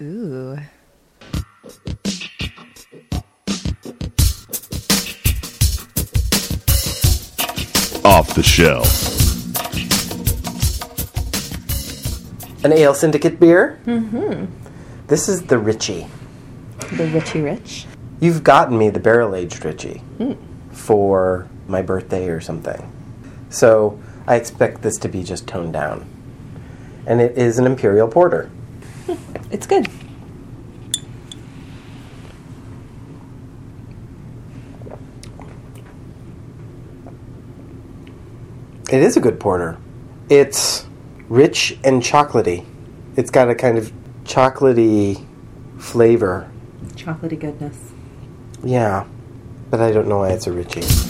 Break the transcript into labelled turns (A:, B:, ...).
A: Ooh.
B: Off the shell.
C: An ale syndicate beer. Mm-hmm. This is the Richie.
A: The Richie Rich. Mm.
C: You've gotten me the barrel aged Richie for my birthday or something. So I expect this to be just toned down. And it is an imperial porter.
A: It's good.
C: It is a good porter. It's rich and chocolatey. It's got a kind of chocolatey flavor.
A: Chocolatey goodness.
C: Yeah, but I don't know why it's a Richie.